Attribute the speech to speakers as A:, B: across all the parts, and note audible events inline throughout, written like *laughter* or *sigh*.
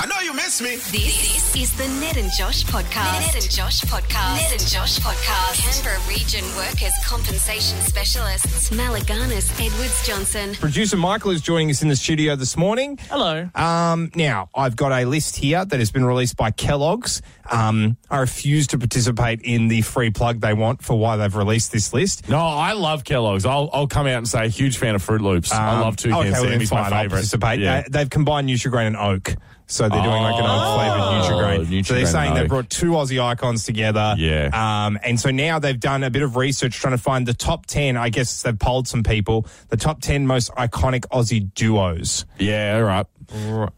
A: I know you miss me.
B: This is the Ned and Josh podcast. Ned and Josh podcast. Ned and Josh podcast. Canberra Region Workers Compensation Specialists. Malaganas Edwards Johnson.
C: Producer Michael is joining us in the studio this morning.
D: Hello.
C: Um, now, I've got a list here that has been released by Kellogg's. Um, I refuse to participate in the free plug they want for why they've released this list.
E: No, I love Kellogg's. I'll, I'll come out and say, huge fan of Fruit Loops. I love Toucan
C: Um, okay, well,
E: Sam.
C: then
E: He's
C: fine,
E: my
C: I'll
E: favorite.
C: participate.
E: Yeah.
C: Uh, they've combined Nutrigrain and Oak. So they're doing like an oak flavored
E: Oh,
C: Nutrigrain. So they're
E: Nutrigrain
C: saying
E: and
C: they
E: Oak.
C: brought two Aussie icons together.
E: Yeah.
C: Um, and so now they've done a bit of research trying to find the top 10. I guess they've polled some people, the top 10 most iconic Aussie duos.
E: yeah, all right.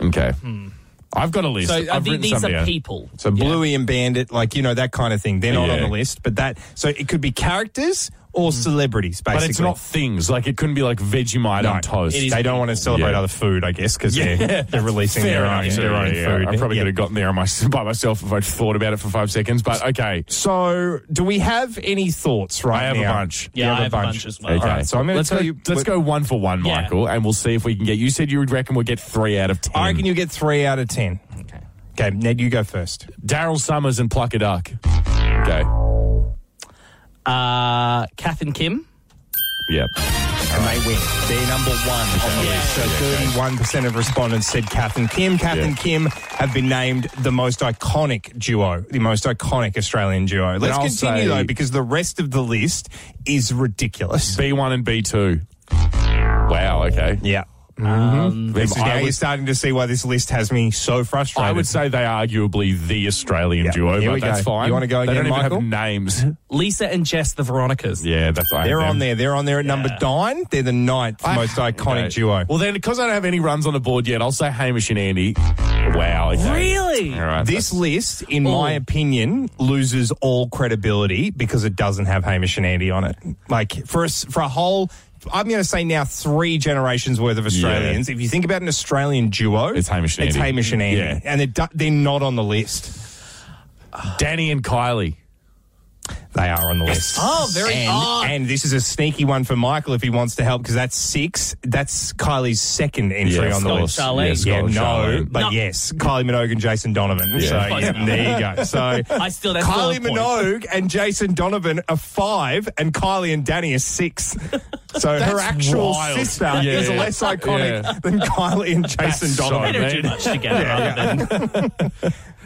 E: Okay.
C: Hmm.
E: I've got a list.
D: So I
E: I've
D: think
E: written
D: these
E: some
D: are
E: down.
D: people.
C: So Bluey and Bandit, like you know that kind of thing. They're not on
E: Yeah.
C: the list, but that so it could be characters or celebrities, basically.
E: But it's not things. Like, it couldn't be like Vegemite
C: No,
E: on toast.
C: They don't want to celebrate
E: Yeah.
C: other food, I guess, because they're, they're releasing
E: Fair
C: their
E: enough.
C: own,
E: Yeah,
C: their
E: yeah,
C: own
E: yeah.
C: food.
E: I probably
C: Yeah.
E: could have gotten there on my, *laughs* by myself if I'd thought about it for five seconds, but okay.
C: So, do we have any thoughts right
E: I have a
C: now?
E: bunch.
C: You
D: Yeah, I have a bunch as well.
C: All right, so I'm going to
E: let's
C: tell
E: go,
C: you.
E: Let's go one for one,
D: Yeah.
E: Michael, and we'll see if we can get. You said you would reckon we'll get three out of ten.
C: I reckon you get three out of ten. Okay. Okay, Ned, you go first.
E: Daryl Summers and Pluck a Duck. Okay.
D: Uh, Kath and Kim.
E: Yep.
C: And they win. They're number one on the list. So thirty-one percent of respondents said Kath and Kim. Kath
E: Yeah.
C: and Kim have been named the most iconic duo, the most iconic Australian duo. Let's
E: I'll
C: continue
E: say-
C: though, because the rest of the list is ridiculous.
E: B1 and B2. Wow, okay.
C: Yeah.
D: Um,
C: This is
E: I
C: now
E: would-
C: you're starting to see why this list has me so frustrated.
E: I would say they are arguably the Australian duo,
C: Here
E: but
C: we go.
E: that's fine.
C: You wanna go
E: They
C: again,
E: don't even
C: Michael?
E: have
C: *laughs*
E: names.
D: Lisa and Jess, the Veronicas.
E: Yeah, that's I
C: They're
E: have
C: on
E: them.
C: there. They're on there at number nine. They're the ninth
E: I-
C: most iconic
E: Okay.
C: duo.
E: Well, then, because I don't have any runs on the board yet, I'll say Hamish and Andy. Wow. okay.
D: Really?
E: All right.
C: This list, in my
D: Ooh.
C: opinion, loses all credibility because it doesn't have Hamish and Andy on it. Like for us, for a whole, I'm going to say now three generations worth of Australians. If you think about an Australian duo,
E: It's Hamish and
C: it's
E: Andy.
C: Hamish and Andy,
E: Yeah.
C: and it, do- they're not on the list.
E: that's Danny and Kylie.
C: They are on the list.
D: Oh, very
C: and,
D: odd.
C: and this is a sneaky one for Michael if he wants to help because that's six. That's Kylie's second entry
E: Yeah,
C: on the
D: Scott
C: list.
D: Charlene.
E: Yeah,
C: Yeah,
E: Scott
C: no,
E: Charlene.
C: but
D: No.
C: yes, Kylie Minogue and Jason Donovan. So
E: Yeah.
C: yeah, there you
D: *laughs*
C: go. So
D: I still- that's
C: Kylie
D: still a point.
C: Minogue and Jason Donovan are five, and Kylie and Danny are six. So her actual
E: wild.
C: sister
E: Yeah.
C: is less iconic
E: Yeah.
C: than Kylie and Jason
E: That's so
D: They
C: Donovan.
D: don't
E: I
D: do
E: mean-
C: *laughs*
D: much together. other than-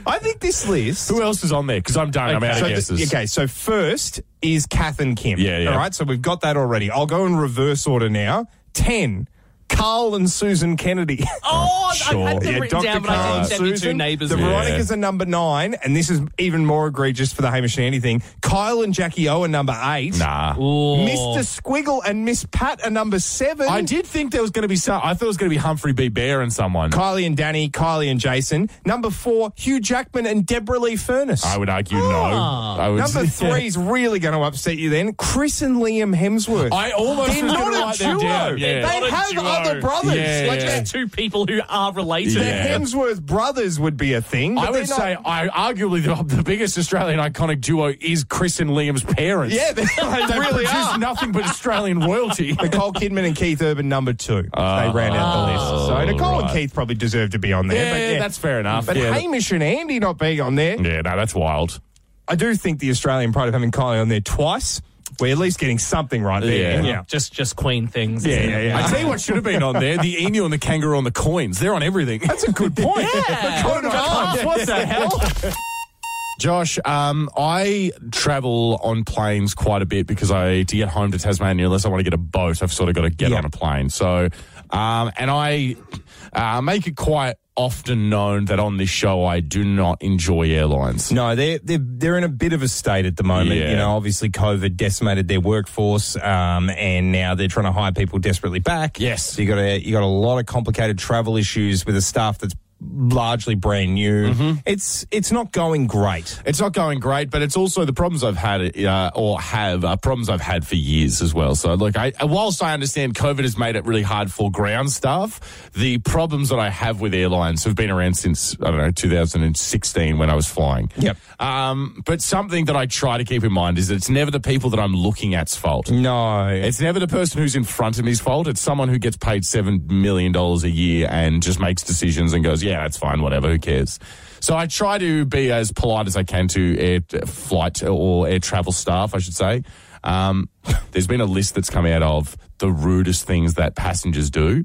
C: I think this list.
E: Who else is on there? Because I'm done. I'm out
C: So
E: of
C: the-
E: guesses.
C: okay, so first is Kath and Kim.
E: Yeah, yeah.
C: All right, so we've got that already. I'll go in reverse order now. 10, Carl and Susan Kennedy. *laughs*
D: Oh, I
E: Sure.
D: had them
E: Yeah,
D: written down, but I
C: and
D: didn't send me two neighbours.
C: The
D: with.
C: Veronicas are number nine, and this is even more egregious for the Hamish and Andy thing. Kyle and Jackie O are number eight.
E: Nah.
C: Mr. Squiggle and Miss Pat are number seven.
E: I did think there was going to be some. I thought it was going to be Humphrey B. Bear and someone.
C: Kylie and Danny, Kylie and Jason. Number four, Hugh Jackman and Deborah Lee Furness.
E: I would argue
D: Ah.
E: no. I would
C: Number three is really going to upset you then. Chris and Liam Hemsworth.
E: I almost
C: They're
E: was
C: not
E: gonna
C: a
E: write them
C: duo.
E: down.
C: They
E: Yeah.
D: Not a
C: have
D: duo.
C: other brothers.
E: Yeah,
C: like
E: yeah.
C: they're-
D: There's two people who are related.
C: The
E: Yeah.
C: Hemsworth brothers would be a thing. but
E: I would
C: they're not-
E: say I arguably the, the biggest Australian iconic duo is Chris and Liam's parents.
C: Yeah, *laughs* they,
E: they
C: they really
E: produce
C: are.
E: nothing but
C: *laughs*
E: Australian royalty.
C: Nicole Kidman and Keith Urban number two. they ran out the list. So Nicole and
E: Oh, right.
C: Keith probably deserve to be on there.
E: yeah,
C: but yeah.
E: that's fair enough.
C: But
E: yeah,
C: Hamish and Andy not being on there,
E: yeah, no, that's wild.
C: I do think the Australian pride of having Kylie on there twice, we're at least getting something right there.
E: Yeah.
C: Yeah.
D: Just, just Queen things. isn't it?
E: I tell you what should have been on there: the emu and the kangaroo and the coins. They're on everything.
C: That's a good
E: *laughs*
C: point.
D: Yeah.
C: Good
D: Oh,
C: point.
D: What the hell?
E: Josh, um, I travel on planes quite a bit because I to get home to Tasmania, unless I want to get a boat, I've sort of got to get
C: Yeah.
E: on a plane. So, um, and I uh, make it quite often known that on this show I do not enjoy airlines.
C: No, they're, they're they're in a bit of a state at the moment.
E: Yeah.
C: You know, obviously COVID decimated their workforce, um, and now they're trying to hire people desperately back.
E: Yes.
C: so you got a you got a lot of complicated travel issues with a staff that's largely brand new.
E: Mm-hmm.
C: It's it's not going great.
E: It's not going great, but it's also the problems I've had uh, or have are problems I've had for years as well. So, look, I, whilst I understand COVID has made it really hard for ground staff, the problems that I have with airlines have been around since, I don't know, 2016 when I was flying.
C: Yep.
E: Um, but something that I try to keep in mind is that it's never the people that I'm looking at's fault.
C: No,
E: It's never the person who's in front of me's fault. It's someone who gets paid $7 million a year and just makes decisions and goes, yeah, that's fine, whatever, who cares? So I try to be as polite as I can to air t- flight or air travel staff, I should say. Um, *laughs* there's been a list that's come out of the rudest things that passengers do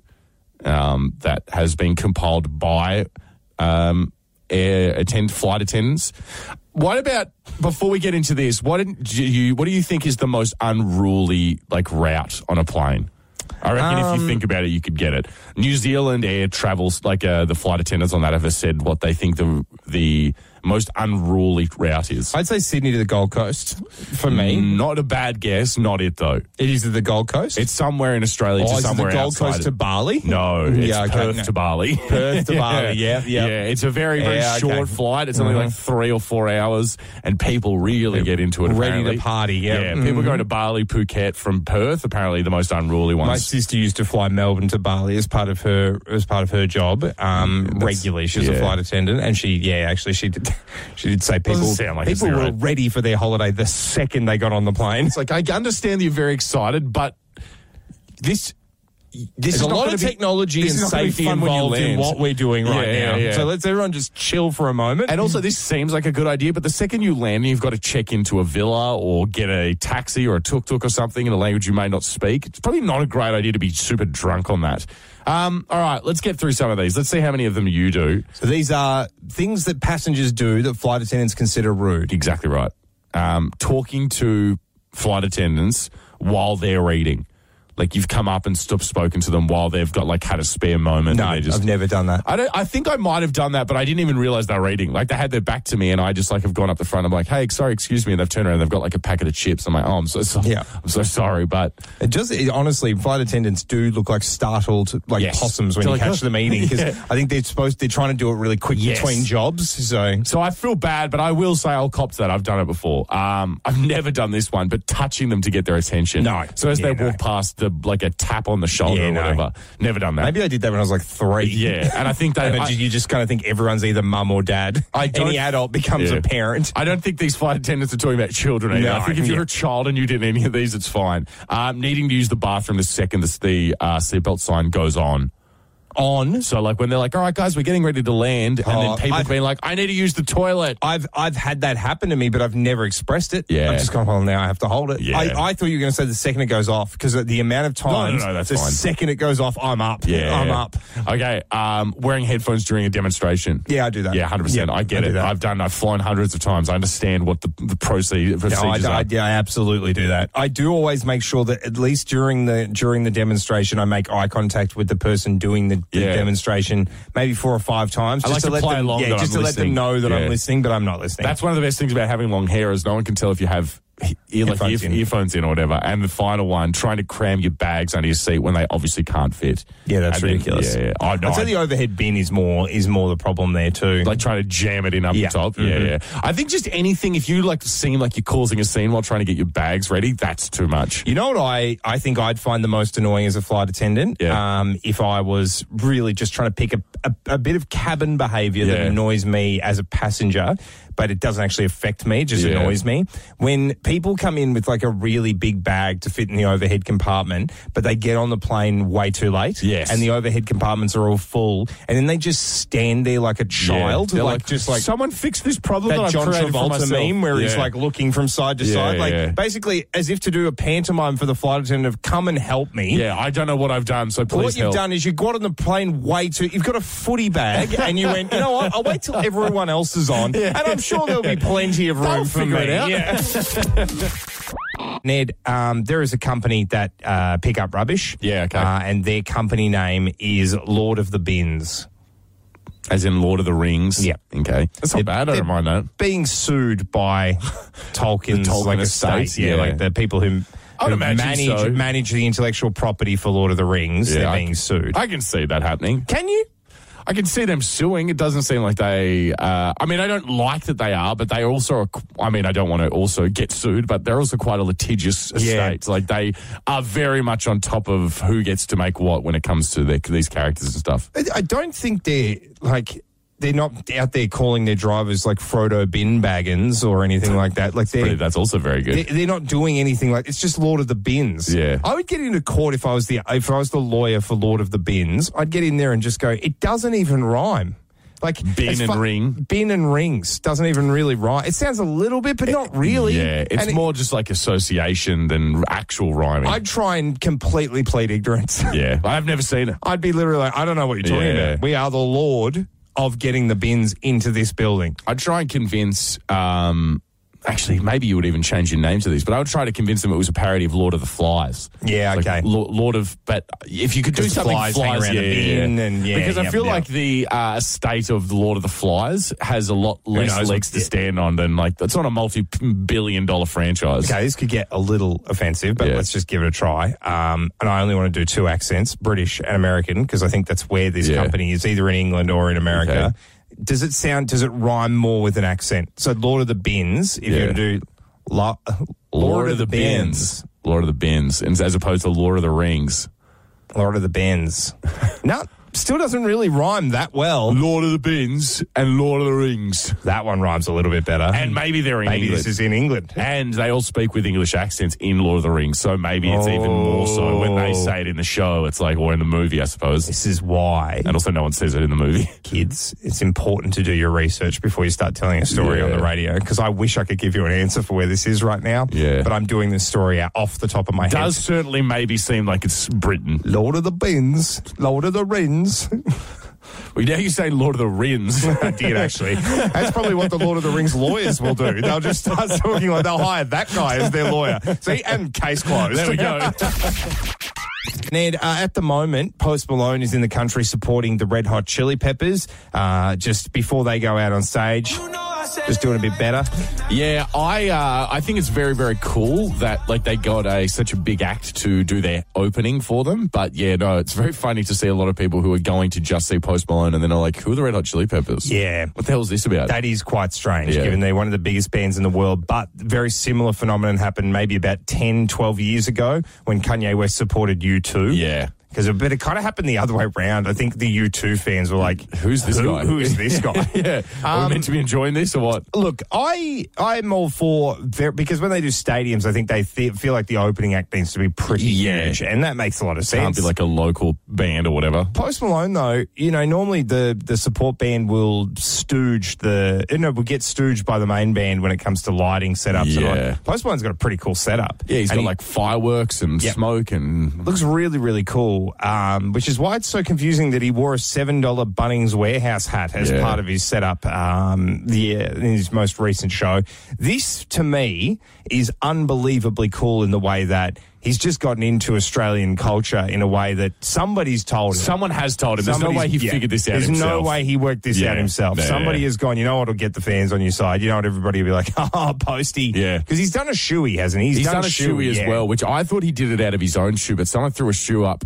E: um, that has been compiled by um, air attend flight attendants. What about before we get into this? What did do you what do you think is the most unruly like route on a plane? I reckon
C: Um,
E: if you think about it, you could get it. New Zealand Air travels like uh, the flight attendants on that have said what they think the the most unruly route is.
C: I'd say Sydney to the Gold Coast for me.
E: Not a bad guess. Not it though.
C: It is to the Gold Coast.
E: It's somewhere in Australia
C: Oh,
E: to
C: is it
E: somewhere
C: the Gold
E: outside.
C: Coast to
E: *laughs*
C: Bali.
E: No, it's
C: Yeah, okay,
E: Perth
C: no.
E: to Bali. Perth
C: to Bali, yeah, yeah.
E: Uh, yeah. Mm-hmm. It's a very, very
C: Yeah, okay.
E: short flight. It's only like three or four hours, and people really get into it.
C: Ready to
E: apparently.
C: party, yeah.
E: people going to Bali, Phuket from Perth. Apparently, the most unruly
C: My
E: ones.
C: sister used to fly Melbourne to Bali as part of her as part of her job um, regularly. She was a
E: Mm, yeah.
C: flight attendant, and she yeah actually she did *laughs* she did say people
E: sound like it's
C: people
E: the
C: were
E: right-
C: ready for their holiday the second they got on the plane.
E: It's like I understand that you're very excited, but this. This
C: There's
E: is
C: a
E: not
C: lot
E: gonna
C: of
E: be-
C: technology
E: this
C: and
E: is not gonna be
C: safety
E: fun when you
C: involved in
E: land.
C: what we're doing
E: Yeah,
C: right
E: yeah,
C: now.
E: yeah.
C: So let's everyone just chill for a moment.
E: And also, this seems like a good idea, but the second you land, you've got to check into a villa or get a taxi or a tuk tuk or something in a language you may not speak. It's probably not a great idea to be super drunk on that. Um, all right, let's get through some of these. Let's see how many of them you do.
C: so these are things that passengers do that flight attendants consider rude.
E: Exactly right. Um, talking to flight attendants while they're eating. Like you've come up and stop spoken to them while they've got like had a spare moment.
C: No,
E: and they just,
C: I've never done that.
E: I don't. I think I might have done that, but I didn't even realize they were eating. Like they had their back to me, and I just like have gone up the front. I'm like, "Hey, sorry, excuse me." And they've turned around. and They've got like a packet of chips. I'm like, "Oh, I'm so sorry.
C: Yeah.
E: I'm so sorry." But
C: It just it, honestly, flight attendants do look like startled, like
E: Yes.
C: possums when
E: They're
C: you
E: like,
C: catch
E: "Oh."
C: them eating.
E: *laughs*
C: Because I think they're supposed they're trying to do it really quick
E: Yes.
C: between jobs. So
E: so I feel bad, but I will say I'll cop to that. I've done it before. Um, I've never done this one, but touching them to get their attention.
C: No.
E: So as
C: Yeah,
E: they
C: no.
E: walk past, the like a tap on the shoulder
C: Yeah,
E: or
C: no.
E: whatever. Never done that.
C: maybe I did that when I was like three.
E: Yeah, and I think they.
C: *laughs* And then
E: I-
C: you just kind of think everyone's either mum or dad.
E: I don't-
C: Any adult becomes
E: Yeah.
C: a parent.
E: I don't think these flight attendants are talking about children either.
C: No,
E: I think if you're
C: yeah.
E: a child and you did any of these, it's fine. Um, needing to use the bathroom the second the, the uh, seatbelt sign goes on.
C: On.
E: So, like, when they're like, all right, guys, we're getting ready to land, and
C: Oh,
E: then people
C: I-
E: being like, I need to use the toilet.
C: I've I've had that happen to me, but I've never expressed it.
E: Yeah.
C: I've just gone, well, now I have to hold it.
E: Yeah.
C: I, I thought you were going to say the second it goes off because the amount of
E: no,
C: times,
E: no, that's
C: the
E: fine.
C: second it goes off, I'm up. I'm up.
E: Okay. Um, wearing headphones during a demonstration.
C: Yeah, I do that.
E: Yeah, 100%.
C: Yeah,
E: I get
C: I do
E: it.
C: that.
E: I've done, I've flown hundreds of times. I understand what the, the proce- procedures
C: No, I,
E: are.
C: I, yeah, I absolutely do that. I do always make sure that at least during the during the demonstration, I make eye contact with the person doing the, the
E: Yeah.
C: demonstration, maybe four or five times,
E: I like to
C: let
E: play
C: them,
E: along
C: yeah,
E: that
C: just
E: I'm
C: to let them
E: listening.
C: know that
E: Yeah.
C: I'm listening, but I'm not listening.
E: That's one of the best things about having long hair is no one can tell if you have he- ear, like
C: Earphones
E: earphones,
C: in.
E: in. earphones in or whatever. And the final one, trying to cram your bags under your seat when they obviously can't fit.
C: yeah, that's
E: And then-
C: ridiculous.
E: yeah, yeah. I know.
C: I'd say the overhead bin is more is more the problem there too.
E: like trying to jam it in up
C: Yeah.
E: the top. Yeah,
C: Mhm.
E: yeah. I think just anything, if you like seem like you're causing a scene while trying to get your bags ready, that's too much.
C: You know what I, I think I'd find the most annoying as a flight attendant?
E: Yeah.
C: Um, if I was really just trying to pick a, a, a bit of cabin behavior that
E: Yeah.
C: annoys me as a passenger, but it doesn't actually affect me, it just
E: Yeah.
C: annoys me. When people come in with like a really big bag to fit in the overhead compartment, but they get on the plane way too late.
E: Yes.
C: And the overhead compartments are all full. And then they just stand there like a child.
E: Yeah. They're
C: Like, just like
E: someone fix this problem that,
C: that
E: I've
C: John
E: created for
C: Travolta
E: myself."
C: meme where he's
E: Yeah.
C: like looking from side to
E: Yeah,
C: side, like
E: yeah.
C: basically as if to do a pantomime for the flight attendant of come and help me.
E: yeah, I don't know what I've done, so please
C: What you've
E: help.
C: done is you got on the plane way too. You've got a footy bag, and you went. You know what? I'll wait till everyone else is on, and I'm sure there'll be plenty of room
E: They'll
C: for
E: figure
C: me.
E: it out.
C: Yeah. Ned, um, there is a company that uh, pick up rubbish.
E: Yeah, okay.
C: Uh, and their company name is Lord of the Bins.
E: As in Lord of the Rings.
C: Yeah.
E: Okay. That's not
C: It-
E: bad. I
C: it-
E: don't mind that.
C: being sued *laughs* by Tolkien's
E: The Tolkien
C: like
E: estate,
C: estates, yeah,
E: yeah.
C: like the people who,
E: I'd
C: who
E: imagine
C: manage
E: so.
C: manage the intellectual property for Lord of the Rings.
E: Yeah,
C: they're
E: I-
C: being sued.
E: I can see that happening.
C: Can you?
E: I can see them suing. It doesn't seem like they. Uh, I mean, I don't like that they are, but they also. Are, qu- I mean, I don't want to also get sued, but they're also quite a litigious estate. Like they are very much on top of who gets to make what when it comes to their, these characters and stuff.
C: I- I don't think they're like they're not out there calling their drivers like Frodo bin baggins or anything like that. Like
E: But
C: they're
E: that's also very
C: they-
E: good.
C: they're not doing anything like it's just Lord of the Bins.
E: Yeah.
C: I would get into court if I was the if I was the lawyer for Lord of the Bins. I'd get in there and just go. It doesn't even rhyme. Like
E: Bin
C: as
E: and ring.
C: bin and rings doesn't even really rhyme. It sounds a little bit, but not really.
E: Eh, Yeah, it's
C: And it-
E: more just like association than actual rhyming.
C: I'd try and completely plead
E: *laughs*
C: ignorance. *laughs*
E: yeah, I've never seen it.
C: I'd be literally like, I don't know what you're talking
E: Yeah.
C: about. We are the Lord of getting the bins into this building.
E: I'd try and convince. Um, actually, maybe you would even change your name to these, but I would try to convince them it was a parody of Lord of the Flies.
C: Yeah,
E: Like,
C: okay.
E: Lo- Lord of, but if you could do
C: Because
E: something
C: flies
E: flies,
C: hang around
E: yeah,
C: the bin
E: yeah.
C: and yeah,
E: because I
C: yep,
E: feel
C: yep.
E: like the uh, state of the Lord of the Flies has a lot less
C: knows
E: legs
C: what-
E: to
C: yeah.
E: stand on than like it's not a multi-billion-dollar franchise.
C: Okay, this could get a little offensive, but
E: Yeah.
C: let's just give it a try. Um, and I only want to do two accents, British and American, because I think that's where this
E: Yeah.
C: company is, either in England or in America.
E: Okay.
C: Does it sound, does it rhyme more with an accent? So Lord of the Bins, if
E: Yeah.
C: you do lo-
E: Lord, of the, bins. Lord of the Bins, and as opposed to Lord of the Rings.
C: Lord of the
E: *laughs*
C: Bins. no, still doesn't really rhyme that well.
E: Lord of the Bins and Lord of the Rings.
C: That one rhymes a little bit better.
E: And maybe they're in
C: maybe
E: English.
C: this is in England.
E: And they all speak with English accents in Lord of the Rings, so maybe it's even more so when they
C: Oh.
E: say it in the show. It's like, or in the movie, I suppose.
C: This is why,
E: And also, no one says it in the movie. *laughs*
C: kids, it's important to do your research before you start telling a story on
E: Yeah.
C: the radio. Because I wish I could give you an answer for where this is right now.
E: Yeah.
C: But I'm doing this story out off the top of my
E: Does
C: head.
E: certainly maybe seem like it's Britain.
C: Lord of the Bins, Lord of the Rings.
E: We now you say Lord of
C: *laughs*
E: the Rings.
C: I *laughs* did actually. That's probably what the Lord of the Rings lawyers will do. They'll just start *laughs* talking like they'll hire that guy as their lawyer. See, and case closed.
E: there we go.
C: *laughs* Ned, uh, at the moment, Post Malone is in the country supporting the Red Hot Chili Peppers uh, just before they go out on stage. Just doing a bit better.
E: Yeah, I uh, I think it's very very cool that like they got a such a big act to do their opening for them. But yeah, no, it's very funny to see a lot of people who are going to just see Post Malone and then are like, who are the Red Hot Chili Peppers?
C: Yeah.
E: what the hell is this about?
C: That is quite strange,
E: Yeah.
C: given they're one of the biggest bands in the world. But very similar phenomenon happened maybe about 10, 12 years ago when Kanye West supported U2.
E: Yeah. *laughs*
C: Because but it kind of happened the other way around. I think the U2 fans were like,
E: Who's this
C: "Who-
E: guy?"
C: Who is this
E: *laughs*
C: guy?
E: yeah, are
C: Um,
E: we meant to be enjoying this or what?
C: Look, I I'm all for ver- because when they do stadiums, I think they th- feel like the opening act needs to be pretty
E: Yeah.
C: huge, and that makes a lot of
E: Can't
C: sense.
E: be like a local band or whatever.
C: Post Malone, though, you know, normally the the support band will stooge the, you know, will get stooged by the main band when it comes to lighting setups. and all that.
E: Yeah.
C: Post Malone's got a pretty cool setup.
E: Yeah, he's
C: And
E: got
C: he
E: like fireworks and
C: Yep.
E: smoke and
C: Looks really, really cool, um, which is why it's so confusing that he wore a $7 Bunnings Warehouse hat as
E: Yeah.
C: part of his setup um, the, in his most recent show. This, to me, is unbelievably cool in the way that he's just gotten into Australian culture in a way that somebody's told him.
E: someone has told him. There's no way
C: Somebody's-
E: he
C: yeah.
E: figured this out.
C: There's
E: himself.
C: no way he worked this
E: Yeah.
C: out himself.
E: Yeah,
C: Somebody
E: yeah.
C: has gone, you know what'll get the fans on your side. You know what everybody will be like, *laughs* oh, posty.
E: Yeah.
C: Because he's done a shoey, hasn't he?
E: He's done, a shoey as
C: yeah.
E: well, which I thought he did it out of his own shoe, but someone threw a shoe up.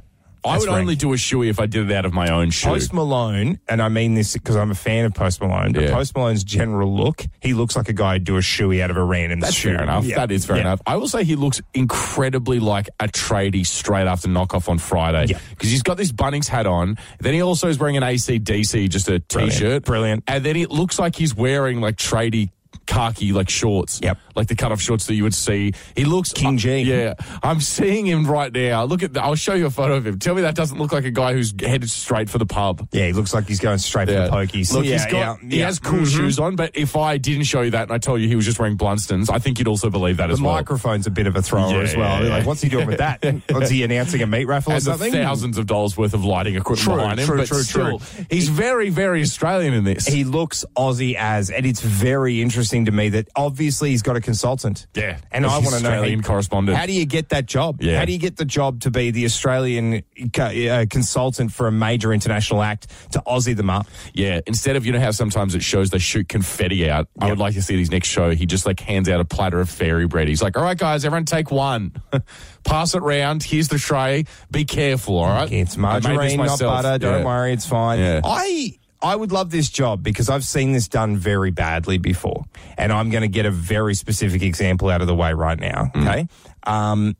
E: I
C: That's
E: would
C: rank.
E: only do a shoey if I did it out of my own shoe.
C: Post Malone, and I mean this because I'm a fan of Post Malone, but
E: Yeah.
C: Post Malone's general look, he looks like a guy who'd do a shoey out of a random
E: That's
C: shoe.
E: fair enough.
C: Yeah.
E: That is fair
C: Yeah.
E: enough. I will say he looks incredibly like a tradie straight after knockoff on Friday
C: Yeah.
E: because he's got this Bunnings hat on. Then he also is wearing an ACDC, just a
C: Brilliant.
E: t-shirt.
C: Brilliant.
E: And then it looks like he's wearing like tradie khaki like shorts.
C: Yep.
E: Like the cutoff shorts that you would see. He looks
C: King G.
E: yeah. I'm seeing him right now. Look at the, I'll show you a photo of him. Tell me that doesn't look like a guy who's headed straight for the pub.
C: Yeah, he looks like he's going straight
E: Yeah.
C: for the pokies.
E: Look,
C: yeah,
E: he's got,
C: yeah,
E: he
C: yeah.
E: has cool
C: Mhm.
E: shoes on, but if I didn't show you that and I told you he was just wearing Blunstons, I think you'd also believe that
C: The
E: as well.
C: microphone's a bit of a thrower
E: Yeah,
C: as well.
E: yeah,
C: They're Like,
E: yeah.
C: what's he doing with that?
E: *laughs*
C: What's he announcing a meat raffle or
E: and the
C: something?
E: thousands of dollars worth of lighting equipment
C: True,
E: behind him.
C: true,
E: but
C: true,
E: still,
C: true.
E: he's very, very Australian in this.
C: He looks Aussie as, and it's very interesting interesting to me that obviously he's got a consultant.
E: Yeah.
C: and I
E: He's
C: want to know how
E: Australian
C: you-
E: correspondent.
C: How do you get that job?
E: Yeah.
C: How do you get the job to be the Australian co- uh, consultant for a major international act to Aussie them up?
E: Yeah, instead of you know how sometimes it shows they shoot confetti out. I would like to see his next show. He just like hands out a platter of fairy bread. He's like, "All right, guys, everyone take one, *laughs* pass it round. Here's the tray. Be careful, all
C: It's
E: right? I made this
C: margarine, not
E: myself."
C: butter. Don't
E: Yeah.
C: worry, it's fine.
E: Yeah.
C: I I would love this job because I've seen this done very badly before, and I'm going to get a very specific example out of the way right now.
E: Mm.
C: Okay. Um,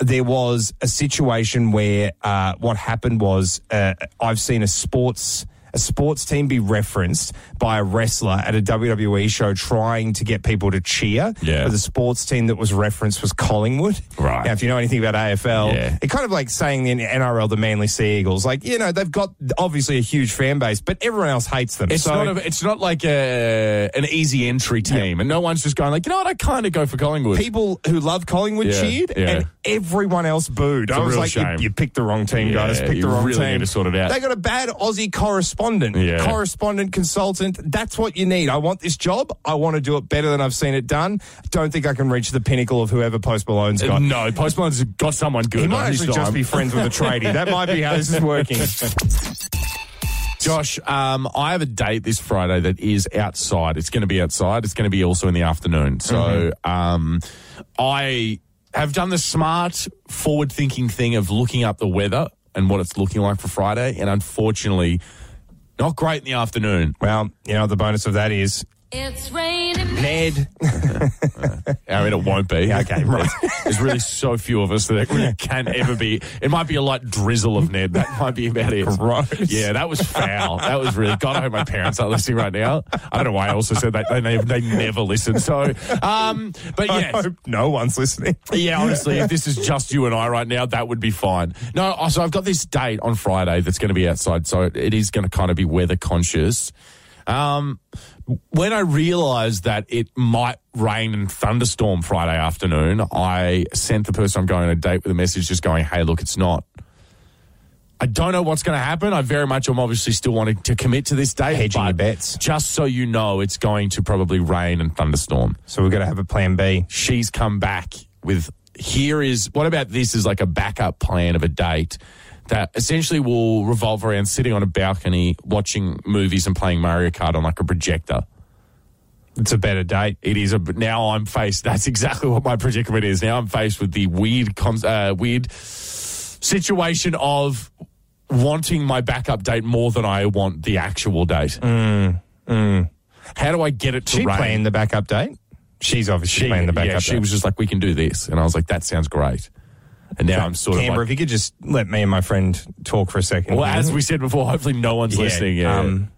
C: there was a situation where uh, what happened was uh, I've seen a sports a sports team be referenced by a wrestler at a WWE show trying to get people to cheer.
E: Yeah.
C: But the sports team that was referenced was Collingwood.
E: Right.
C: Now, if you know anything about AFL,
E: Yeah.
C: it kind of like saying the NRL, the Manly Sea Eagles. Like, you know, they've got obviously a huge fan base, but everyone else hates them.
E: It's
C: so,
E: not. A, it's not like a, an easy entry team, and no one's just going like, you know what? I kind of go for Collingwood.
C: people who love Collingwood
E: Yeah,
C: cheered
E: yeah.
C: and everyone else booed.
E: a
C: I was
E: real
C: like, you,
E: shame.
C: you picked the wrong team,
E: Yeah,
C: guys. Picked
E: you
C: the wrong
E: really
C: team.
E: need to sort it out.
C: They got a bad Aussie correspondent.
E: Yeah.
C: Correspondent consultant. That's what you need. I want this job. I want to do it better than I've seen it done. Don't think I can reach the pinnacle of whoever Post Malone's got.
E: Uh, no, Post Malone's got someone good.
C: He
E: on
C: might
E: his
C: actually just
E: dime.
C: be friends with a tradie. That might be how this is
E: *laughs*
C: working.
E: Josh, um, I have a date this Friday that is outside. It's going to be outside. It's going to be also in the afternoon. So
C: Mm-hmm.
E: um, I have done the smart, forward thinking thing of looking up the weather and what it's looking like for Friday. And unfortunately, not great in the afternoon.
C: Well, you know, the bonus of that is
F: It's raining.
C: Ned.
E: *laughs* I mean, it won't be.
C: okay, right.
E: There's- There's really so few of us that it really can ever be. It might be a light drizzle of Ned. That might be about it. Yeah, that was foul. That was really. God, I hope my parents aren't listening right now. I don't know why I also said that. They, nev- they never listen. So, um, but
C: I
E: yeah.
C: hope no one's listening. *laughs*
E: Yeah, honestly, if this is just you and I right now, that would be fine. No, oh, so I've got this date on Friday that's going to be outside, so it- it is going to kind of be weather conscious. Um, when I realised that it might rain and thunderstorm Friday afternoon, I sent the person I'm going on a date with a message just going, "Hey, look, it's not." I don't know what's going to happen. I very much am obviously still wanting to commit to this date.
C: Hedging
E: but
C: your bets.
E: Just so you know, it's going to probably rain and thunderstorm
C: So we've got to have a plan B.
E: she's come back with here is what about this is like a backup plan of a date that essentially will revolve around sitting on a balcony watching movies and playing Mario Kart on like a projector.
C: It's a better date.
E: It is a now I'm faced. That's exactly what my predicament is. Now I'm faced with the weird, cons- uh, weird situation of wanting my backup date more than I want the actual date. How do I get it to
C: She
E: rain?
C: planned the backup date. She's obviously
E: she,
C: playing the backup
E: yeah, she
C: date.
E: was just like, we can do this. And I was like, that sounds great. And now I'm sort
C: Canberra, if
E: of like,
C: you could just let me and my friend talk for a second.
E: well, as we said before, hopefully no one's
C: Yeah,
E: listening. Yeah.
C: um,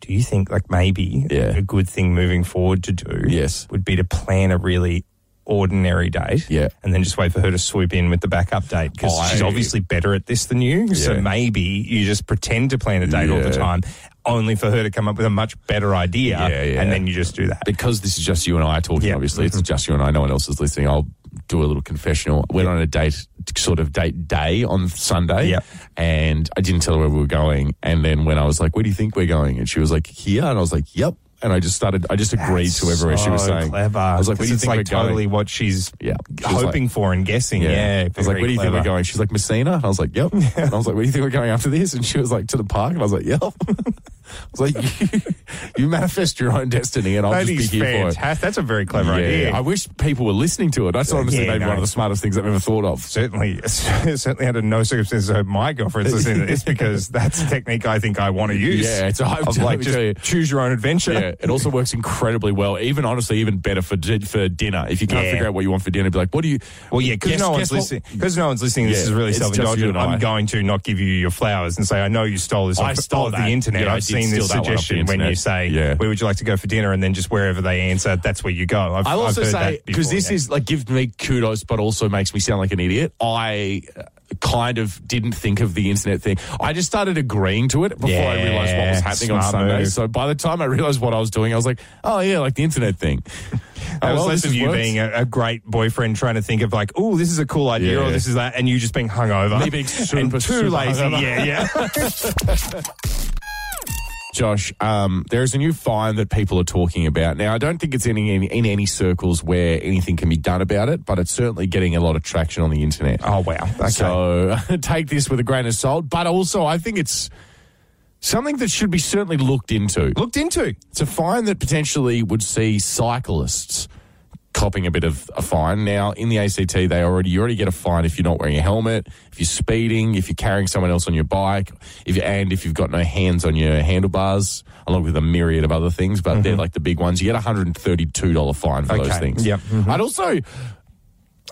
C: do you think, like, maybe
E: Yeah.
C: a good thing moving forward to do
E: Yes.
C: would be to plan a really ordinary date
E: Yeah.
C: and then just wait for her to swoop in with the backup date because
E: I-
C: she's obviously better at this than you. So
E: Yeah.
C: maybe you just pretend to plan a date all the
E: Yeah.
C: time only for her to come up with a much better idea
E: Yeah, yeah.
C: and then you just do that.
E: because this is just you and I talking,
C: Yeah. mm-hmm.
E: obviously, it's just you and I, no one else is listening. I'll do a little confessional. Went on a date, sort of date day on Sunday.
C: Yep.
E: And I didn't tell her where we were going. And then when I was like, where do you think we're going? And she was like, here. And I was like, yep. And I just started, I just agreed to everywhere she was
C: So
E: saying.
C: Clever.
E: I was like,
C: Because
E: where do you
C: it's
E: think
C: like
E: we're going?
C: totally what she's
E: Yeah. She was
C: hoping for and guessing. Yeah.
E: I was like,
C: very
E: where do you think we're
C: clever.
E: going? She's like, Messina. And I was like,
C: *laughs*
E: yep. And I was like, where do you think we're going after this? And she was like, to the park. And I was like, yep. *laughs* I was like, you, you manifest your own destiny and I'll
C: That is
E: just be here for it.
C: fantastic. That's a very clever idea.
E: I wish people were listening to it. That's honestly
C: Yeah,
E: maybe
C: no.
E: one of the smartest things I've ever thought of.
C: Certainly, *laughs* certainly under no circumstances hope my girlfriend's listening to this because that's a technique I think I want to use.
E: Yeah, it's a-
C: of
E: let
C: like
E: me
C: just
E: tell you.
C: choose your own adventure.
E: Yeah, it also works incredibly well. Even honestly, even better for di- for dinner. If you can't
C: Yeah.
E: figure out what you want for dinner, be like, "What do you?"
C: Well, yeah, because
E: guess-
C: no
E: guess
C: one's
E: what-
C: listening. Because no one's listening.
E: Yeah,
C: this is really
E: it's just you
C: self-indulgent.
E: and I.
C: I'm going to not give you your flowers and say, I know you stole this.
E: I
C: off,
E: stole
C: off
E: that.
C: the internet.
E: Yeah, I
C: I've
E: did
C: seen this
E: steal that one off the
C: suggestion when you
E: internet.
C: say,
E: Yeah.
C: "Where would you like to go for dinner?" and then just wherever they answer, that's where you go. I've,
E: I'll
C: I've
E: also
C: heard
E: say
C: that
E: because
C: before,
E: this
C: yeah.
E: is like gives me kudos, but also makes me sound like an idiot. I uh, kind of didn't think of the internet thing. I just started agreeing to it before I
C: Yeah,
E: realized what was happening on
C: smart
E: Sunday.
C: move.
E: So by the time I realized what I was doing, I was like, "Oh yeah, like the internet
C: *laughs*
E: thing."
C: That
E: Oh, well,
C: was less
E: this
C: of
E: is
C: you
E: works.
C: being a, a great boyfriend trying to think of like, oh, this is a cool idea
E: Yeah.
C: or this is that, and you just being hungover.
E: Me being super,
C: and too
E: *laughs* super
C: lazy.
E: hungover.
C: Yeah, yeah.
E: Josh, um, there is a new fine that people are talking about. Now, I don't think it's in any, in any circles where anything can be done about it, but it's certainly getting a lot of traction on the internet.
C: Oh, wow. Okay.
E: So *laughs* take this with a grain of salt, but also I think it's something that should be certainly looked into.
C: Looked into.
E: It's a fine that potentially would see cyclists copping a bit of a fine. Now, in the ACT, they already you already get a fine if you're not wearing a helmet, if you're speeding, if you're carrying someone else on your bike, if you, and if you've got no hands on your handlebars, along with a myriad of other things. But they're like the big ones. You get a hundred and thirty-two dollar fine for those
C: Mm-hmm. Okay.
E: things.
C: Yep. Mhm.
E: I'd also.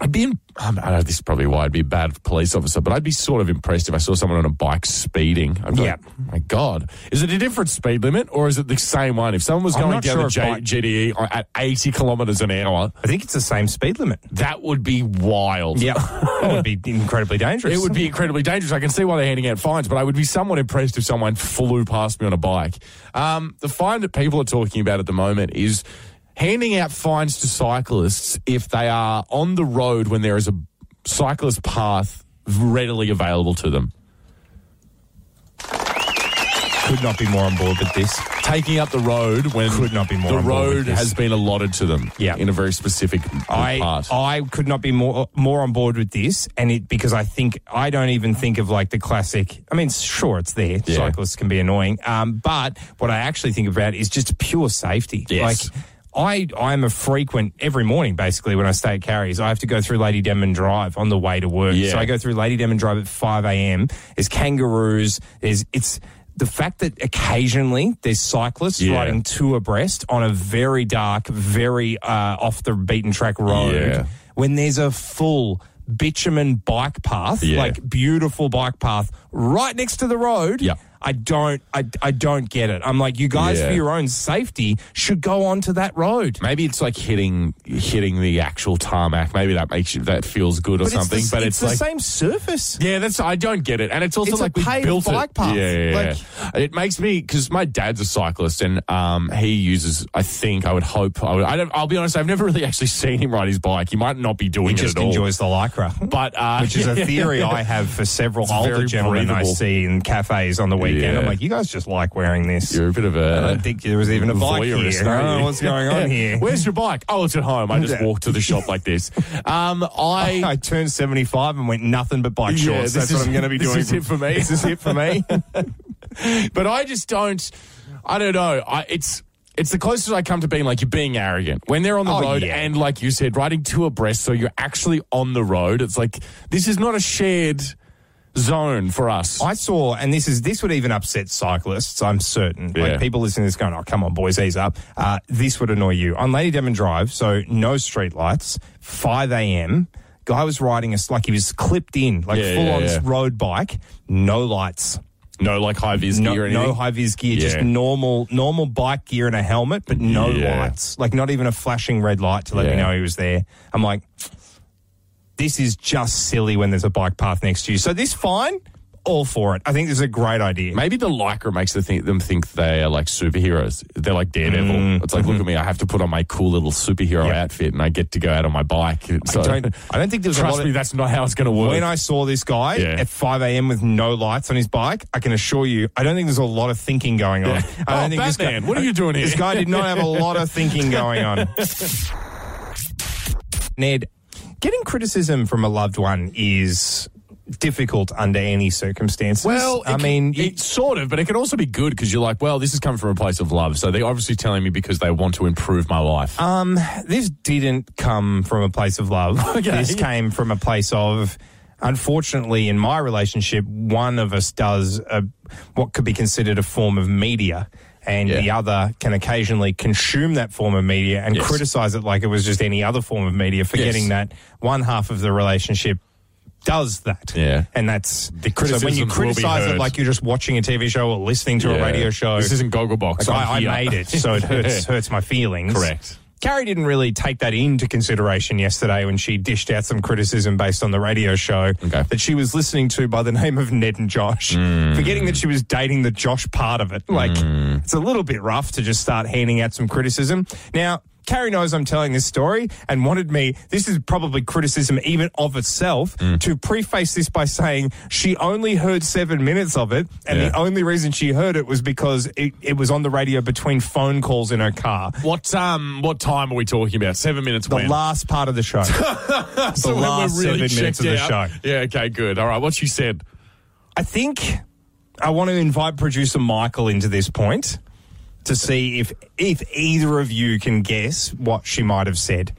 E: I'd be, in, I don't know, this is probably why I'd be a bad police officer, but I'd be sort of impressed if I saw someone on a bike speeding. I'd be
C: Yeah.
E: like, "Oh my God. Is it a different speed limit or is it the same one? If someone was
C: I'm
E: going
C: not
E: down
C: sure
E: the
C: if
E: J-
C: bike-
E: GDE on- at 80 kilometres an hour,
C: I think it's the same speed limit.
E: that would be wild.
C: Yeah. *laughs* that would be incredibly dangerous.
E: It would be incredibly dangerous. I can see why they're handing out fines, but I would be somewhat impressed if someone flew past me on a bike. Um, the fine that people are talking about at the moment is handing out fines to cyclists if they are on the road when there is a cyclist path readily available to them.
C: Could not be more on board with this.
E: Taking up the road when
C: Could not be more
E: the
C: on board with
E: road
C: this.
E: has been allotted to them
C: Yeah.
E: in a very specific
C: I
E: part.
C: I could not be more more on board with this, and it because I think I don't even think of like the classic. I mean, sure, it's there.
E: Yeah.
C: Cyclists can be annoying, um, but what I actually think about is just pure safety.
E: Yes.
C: Like, I I'm a frequent every morning basically when I stay at Carries I have to go through Lady Demon Drive on the way to work.
E: Yeah.
C: So I go through Lady Demon Drive at five a.m. There's kangaroos. There's it's. The fact that occasionally there's cyclists
E: Yeah.
C: riding two abreast on a very dark, very uh, off the beaten track road road
E: Yeah.
C: when there's a full bitumen bike path,
E: Yeah.
C: like beautiful bike path, right next to the road.
E: Yeah.
C: I don't, I, I don't get it. I'm like, you guys,
E: Yeah.
C: for your own safety, should go onto that road.
E: Maybe it's like hitting hitting the actual tarmac. Maybe that makes you, that feels good or something.
C: it's the,
E: but
C: it's
E: it's,
C: the
E: like
C: same surface.
E: yeah, that's I don't get it, and it's also
C: It's a
E: like we
C: paved
E: built
C: bike
E: it.
C: path.
E: Yeah, yeah, yeah.
C: Like-
E: it makes me because my dad's a cyclist, and um, he uses. I think I would hope I would. I don't, I'll be honest. I've never really *laughs* actually seen him ride his bike. He might not be doing
C: He
E: it
C: just
E: at all.
C: enjoys the lycra.
E: *laughs* but uh,
C: *laughs* which is a
E: *laughs* yeah.
C: theory I have for several
E: It's
C: older
E: very
C: gentlemen I
E: breathable.
C: see in cafes on the weekend. I'm
E: Yeah.
C: like, you guys just like wearing this.
E: You're a bit of a.
C: I don't think there was even a bike
E: voyeurist,
C: here. I
E: aren't
C: don't know *laughs*
E: you? *laughs*
C: what's going on
E: Yeah.
C: here.
E: Uh, Where's your bike? Oh, it's at home. I just
C: Yeah.
E: walked to the shop like this.
C: *laughs*
E: Um, I
C: *laughs* I turned 75 and went nothing but bike
E: Yeah,
C: shorts.
E: this
C: That's what
E: is-
C: I'm going to be
E: *laughs* this
C: doing.
E: is it for me.
C: This is it for
E: *laughs*
C: me.
E: but I just don't. I don't know. I, it's it's the closest I come to being like you're being arrogant when they're on the
C: Oh,
E: road,
C: yeah.
E: and like you said, riding two abreast, so you're actually on the road. It's like this is not a shared zone for us.
C: I saw, and this is this would even upset cyclists. I'm certain.
E: Yeah.
C: Like people listening to this going, "Oh, come on, boys, ease up." Uh, this would annoy you on Lady Demon Drive. So no street lights. 5 a.m. Guy was riding a like he was clipped in, like
E: Yeah,
C: full on
E: yeah, yeah.
C: road bike. No lights.
E: no, like high vis
C: No,
E: gear or anything.
C: no high vis gear, just
E: Yeah.
C: normal normal bike gear and a helmet, but no
E: Yeah.
C: lights. Like not even a flashing red light to let me
E: Yeah.
C: know he was there. I'm like, this is just silly when there's a bike path next to you. So this fine, all for it. I think this is a great idea.
E: Maybe the lycra makes the th- them think they are like superheroes. They're like Daredevil.
C: Mm.
E: It's like, look at me, I have to put on my cool little superhero
C: Yeah.
E: outfit and I get to go out on my bike. So,
C: don't- I don't think there was a
E: Trust
C: lot of-
E: me, that's not how it's going to work.
C: When I saw this guy
E: Yeah.
C: at 5 a.m. with no lights on his bike, I can assure you, I don't think there's a lot of thinking going on. I don't
E: Oh,
C: think this
E: Batman, what are you doing here?
C: This guy did not have a lot of thinking going on. Ned, getting criticism from a loved one is difficult under any circumstances.
E: Well,
C: I
E: it can-
C: mean, you-
E: it sort of, but it can also be good because you're like, well, this is coming from a place of love. So they're obviously telling me because they want to improve my life.
C: Uh, this didn't come from a place of love.
E: *laughs* Okay.
C: This came from a place of, unfortunately, in my relationship, one of us does a, what could be considered a form of media. And
E: Yeah.
C: the other can occasionally consume that form of media and
E: Yes.
C: criticize it like it was just any other form of media, forgetting
E: Yes.
C: that one half of the relationship does that.
E: Yeah.
C: And that's the So when
E: criticisms
C: you
E: will be
C: criticize it
E: heard.
C: like you're just watching a TV show or listening to a
E: Yeah.
C: radio show,
E: This isn't Gogglebox.
C: so I, I
E: I'm here.
C: made it, so it
E: *laughs*
C: hurts hurts my feelings.
E: Correct.
C: Carrie didn't really take that into consideration yesterday when she dished out some criticism based on the radio show
E: Okay. Hmm.
C: that she was listening to by the *laughs* name of Ned and Josh, forgetting that she was dating the Josh part of it. Like, it's a little bit rough to just start handing out some criticism. Now, Carrie knows I'm telling this story and wanted me, this is probably criticism even of itself,
E: Hmm.
C: to preface this by saying she only heard seven minutes of it. And
E: Yeah.
C: the only reason she heard it was because it, it was on the radio between phone calls in her car.
E: What um what time are we talking about? Seven minutes.
C: The
E: when?
C: last part of the show.
E: so when we're
C: last seven minutes
E: checked
C: of the show.
E: out. Yeah. Okay. Good. All right. What she said.
C: I think I want to invite producer Michael into this point to see if if either of you can guess what she might have said.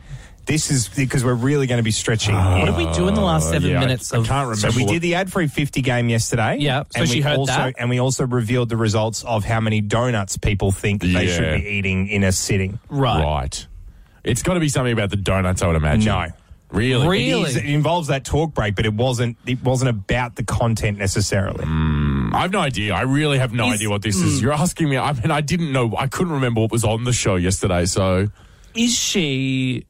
C: This is because we're really going to be stretching.
D: What did we do in the last seven
E: yeah, I-
D: minutes?
E: I
D: of,
E: can't remember.
C: so we
E: what-
C: did the ad-free 50 game yesterday.
D: Yeah, so
C: and
D: she
C: we
D: heard
C: also,
D: that.
C: And we also revealed the results of how many donuts people think they
E: Yeah.
C: should be eating in a sitting.
D: Right.
E: Right. It's got to be something about the donuts. I would imagine.
C: No.
E: Really.
D: Really?
C: It, is, it involves that talk break, but it wasn't. It wasn't about the content necessarily.
E: I have no idea. I really have no
D: Is-
E: idea what this
C: Hmm.
E: is. You're asking me. I mean, I didn't know. I couldn't remember what was on the show yesterday. So
D: Is she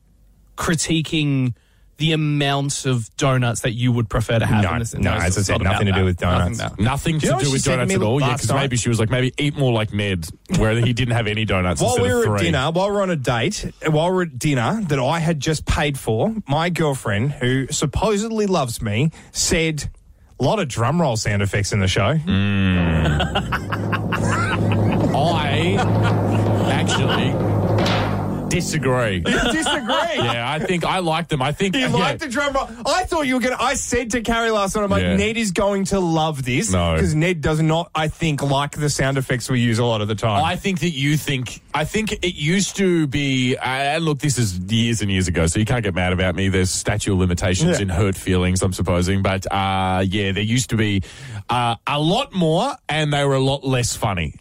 D: critiquing the amount of donuts that you would prefer to have?
C: No,
D: in this, in
C: no,
D: those-
C: as I
D: it's
C: said,
D: not about
C: nothing to do
D: that.
C: with
D: Nothing
C: donuts.
D: about-
E: nothing
C: Do you know
E: to
C: what
E: do
C: she
E: with
C: said to
E: donuts
C: me
E: at all. Yeah,
C: last
E: because
C: night?
E: maybe she was like, maybe eat more like Ned, where he didn't have any donuts.
C: While
E: instead
C: we
E: of
C: were at
E: three.
C: dinner, while we we're on a date, while we we're at dinner that I had just paid for, my girlfriend, who supposedly loves me, said, "A lot of drum roll sound effects in the show."
E: Mm. I actually
C: *laughs* *laughs*
E: disagree.
C: Disagree.
E: Yeah, I think I like them. I think
C: You
E: yeah.
C: like the drum roll? I thought you were gonna. I said to Carrie last night, I'm like,
E: Yeah.
C: Ned is going to love this
E: No.
C: because Ned does not, I think, like the sound effects we use a lot of the time.
E: I think that you think. I think it used to be. uh, And look, this is years and years ago, so you can't get mad about me. There's statute of limitations
C: Yeah.
E: in hurt feelings, I'm supposing. But uh, yeah, there used to be uh, a lot more, and they were a lot
C: *laughs*
E: less funny.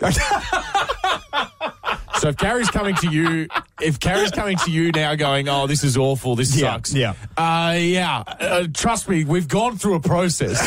E: So if Carrie's coming to you, if Carrie's coming to you now, going, "Oh, this is awful. This
C: Yeah,
E: sucks."
C: yeah.
E: uh, yeah. Uh, trust me, we've gone through a process.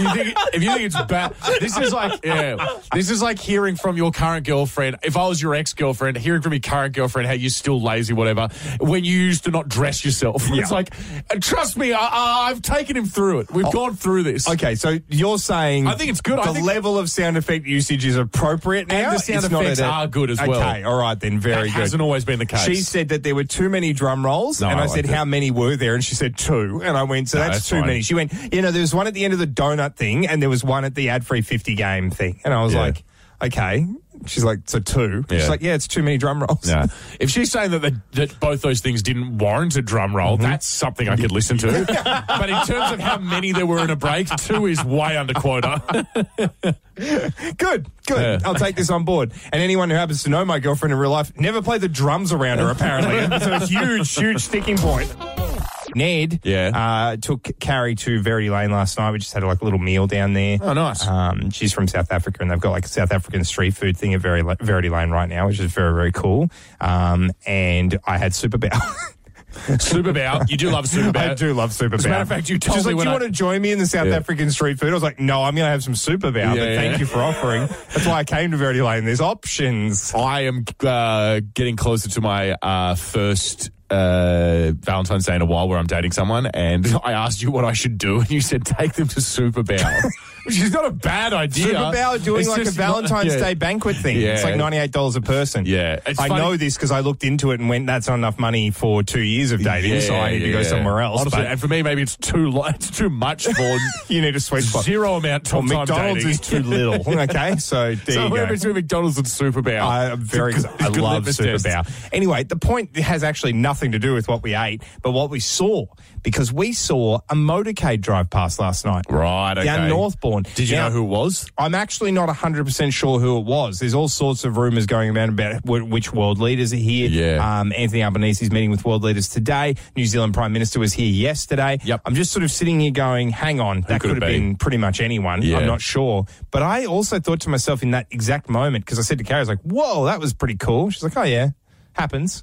E: you think, if you think it's bad, this is like, yeah, this is like hearing from your current girlfriend. If I was your ex girlfriend, hearing from your current girlfriend how you're still lazy, whatever, when you used to not dress yourself, *laughs* it's like, uh, trust me, I, I, I've taken him through it. We've gone through this.
C: Okay, so you're saying
E: I think it's good. I
C: The
E: think-
C: level of sound effect usage is appropriate now.
E: the sound
C: It's not
E: effects
C: at a-
E: are good as well.
C: Okay, all right then, very
E: That
C: good.
E: hasn't always been the case.
C: She said that there were too many drum rolls,
E: No,
C: and I,
E: I
C: said
E: liked it.
C: how many were there, and she said two, and I went, so
E: No,
C: that's,
E: that's
C: too
E: fine.
C: many. She went, you know, there was one at the end of the donut thing, and there was one at the ad-free fifty game thing, and I was
E: Yeah.
C: like, okay. She's like, so two. She's
E: Yeah.
C: like, yeah, it's too many drum rolls.
E: Yeah. If she's saying that the, that both those things didn't warrant a drum roll, that's something I could listen to. but in terms of how many there were in a break, two is way under quota.
C: *laughs* Good, good.
E: Yeah.
C: I'll take this on board. And anyone who happens to know my girlfriend in real life never played the drums around her, apparently.
E: *laughs*
C: it's a huge, huge sticking point. Ned
E: Yeah.
C: uh, took Carrie to Verity Lane last night. We just had like a little meal down there.
E: Oh, nice.
C: Um, she's from South Africa, and they've got like a South African street food thing at Verity, Verity Lane right now, which is very, very cool. Um, and I had Super Bowl. *laughs*
E: Superbout. You do love Superbout.
C: I do love Super
E: As a matter of fact, you told
C: She's
E: me
C: like,
E: when
C: Do you
E: I-
C: want to join me in the South
E: Yeah.
C: African street food? I was like, No, I'm going to have some Super Bowl, but
E: yeah.
C: thank you for offering. That's why I came to Verity Lane. There's options.
E: I am uh, getting closer to my uh, first uh, Valentine's Day in a while where I'm dating someone, and *laughs* I asked you what I should do, and you said take them
C: *laughs*
E: to Superbowl. Which is not a bad idea.
C: Super Bowl doing
E: It's
C: like a
E: just not-
C: Valentine's
E: yeah.
C: Day banquet thing.
E: Yeah.
C: It's like $98 a person.
E: Yeah. It's
C: I
E: funny-
C: know this because I looked into it and went, That's not enough money for two years of dating, so I need to go
E: yeah.
C: somewhere else.
E: Honestly,
C: but
E: and for me, maybe it's too li- it's too much *laughs* for
C: you need a sweet spot.
E: zero amount
C: Well,
E: of time
C: McDonald's
E: dating.
C: is too little. Okay, so there
E: *laughs* so
C: you go.
E: whoever between McDonald's and Superbowl.
C: I am very
E: It's a
C: excited. I
E: it's a good
C: love
E: litmus
C: Super
E: test.
C: Bowl. Anyway, the point has actually nothing to do with what we ate, but what we saw, because we saw a motorcade drive past last night.
E: Right, okay.
C: Down Northbourne.
E: Did you
C: Now,
E: know who it was?
C: I'm actually not 100% sure who it was. There's all sorts of rumours going around about wh- which world leaders are here.
E: Yeah.
C: Um, Anthony Albanese is meeting with world leaders today. New Zealand Prime Minister was here yesterday.
E: Yep.
C: I'm just sort of sitting here going, hang on, that
E: could
C: could
E: it
C: have
E: be?
C: been pretty much anyone.
E: Yeah.
C: I'm not sure. But I also thought to myself in that exact moment, because I said to Carrie, I was like, whoa, that was pretty cool. She's like, oh, yeah, happens.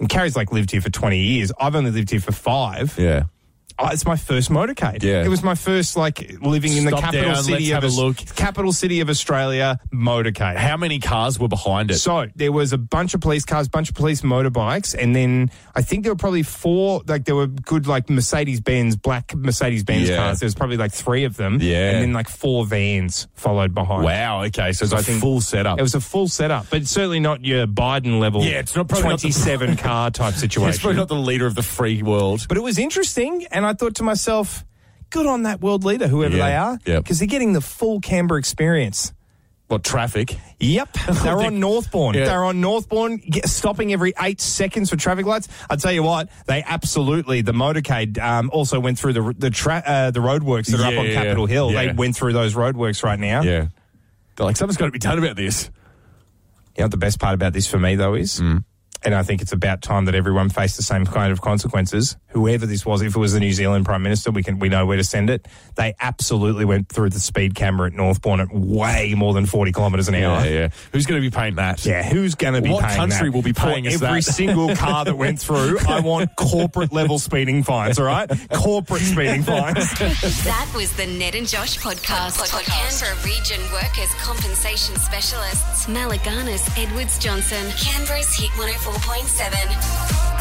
C: And Carrie's like lived here for 20 years. I've only lived here for five.
E: Yeah.
C: oh, it's my first motorcade.
E: Yeah.
C: It was my first like living in the
D: Stop
C: capital
D: down,
C: city
D: let's
C: of
D: have a
C: Aus-
D: look.
C: capital city of Australia motorcade.
E: How many cars were behind it?
C: So there was a bunch of police cars, bunch of police motorbikes, and then I think there were probably four. Like there were good like Mercedes Benz, black Mercedes Benz
E: Yeah.
C: cars. There was probably like three of them.
E: Yeah.
C: and then like four vans followed behind.
E: wow. Okay. So it's
C: I
E: a
C: think-
E: full setup.
C: It was a full setup, but certainly not your Biden level.
E: Yeah, it's not- probably not the-
C: twenty-seven car type situation.
E: *laughs* It's probably not the leader of the free world.
C: But it was interesting, and I thought to myself, good on that world leader, whoever
E: Yeah,
C: they are,
E: yep.
C: because they're getting the full Canberra experience.
E: What traffic?
C: Yep, *laughs* they're
E: *laughs*
C: on Northbourne.
E: Yeah.
C: They're on Northbourne, ge- stopping every eight seconds for traffic lights. I tell you what, they absolutely the motorcade um, also went through the the tra- uh, the roadworks that are
E: Yeah,
C: up on
E: yeah,
C: Capitol Hill.
E: yeah.
C: They went through those roadworks right now.
E: Yeah. They're like, something's got to be done about this.
C: You know what the best part about this for me though is,
E: Mm.
C: and I think it's about time that everyone faced the same kind of consequences. Whoever this was, if it was the New Zealand Prime Minister, we can we know where to send it. They absolutely went through the speed camera at Northbourne at way more than forty kilometres an hour.
E: Yeah, yeah. Who's going to be paying that?
C: Yeah, who's going to be
E: What
C: paying
E: country
C: that?
E: will be paying
C: For
E: us
C: every
E: that?
C: single car that went through? I
E: *laughs*
C: want corporate level speeding fines. All right, corporate speeding fines.
B: That was the Ned and Josh podcast. For Canberra region workers compensation oh specialists, Malaganas Edwards Johnson, Canberra's Hit 104.7.